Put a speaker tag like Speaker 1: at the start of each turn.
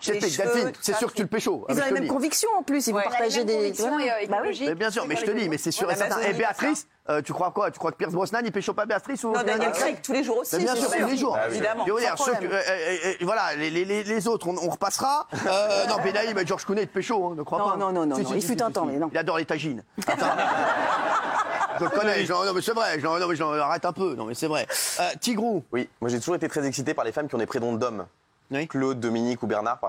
Speaker 1: C'est
Speaker 2: les cheveux,
Speaker 1: Delphine,
Speaker 2: tout
Speaker 1: c'est
Speaker 2: ça,
Speaker 1: sûr que tu le pécho. Ah,
Speaker 3: Ils
Speaker 1: mais je
Speaker 3: ont les
Speaker 1: te
Speaker 3: mêmes
Speaker 1: le dis.
Speaker 3: convictions en plus, ils vont
Speaker 2: Ouais.
Speaker 3: partager
Speaker 2: La même
Speaker 3: des.
Speaker 2: conviction,
Speaker 3: Voilà.
Speaker 2: euh,
Speaker 3: Bah oui.
Speaker 2: écologique.
Speaker 1: Mais bien sûr, mais je te dis, mais c'est sûr
Speaker 3: Ah, bah,
Speaker 2: Ouais,
Speaker 1: et certain.
Speaker 2: l'Amazonie,
Speaker 1: Et
Speaker 2: tout
Speaker 1: Béatrice, euh, tu crois quoi Tu crois que Pierce Brosnan, il pécho pas Béatrice ou
Speaker 2: Non, Daniel
Speaker 1: Ah,
Speaker 2: Craig, tous les jours aussi.
Speaker 1: Mais bien
Speaker 2: c'est
Speaker 1: sûr, tous les
Speaker 3: Bah,
Speaker 1: jours.
Speaker 2: Évidemment.
Speaker 1: Je veux dire,
Speaker 2: sans
Speaker 1: ceux
Speaker 2: problème.
Speaker 1: que- euh, euh, euh, voilà, les, les- les- les autres, on, on repassera. Euh, non, Benaïm, Georges Clooney est pécho, hein, ne crois
Speaker 3: Non,
Speaker 1: pas.
Speaker 3: non, non, non, non, il fut un temps, mais non.
Speaker 1: Il adore les tagines. Attends. Je le connais, je- non mais c'est vrai, je- non, mais je- arrête un peu, non mais c'est vrai. Euh, Tigrou,
Speaker 4: Oui, moi j'ai toujours été très excité par les femmes qui ont des prénoms d'hommes.
Speaker 1: Oui.
Speaker 4: Claude, Dominique ou Bernard, par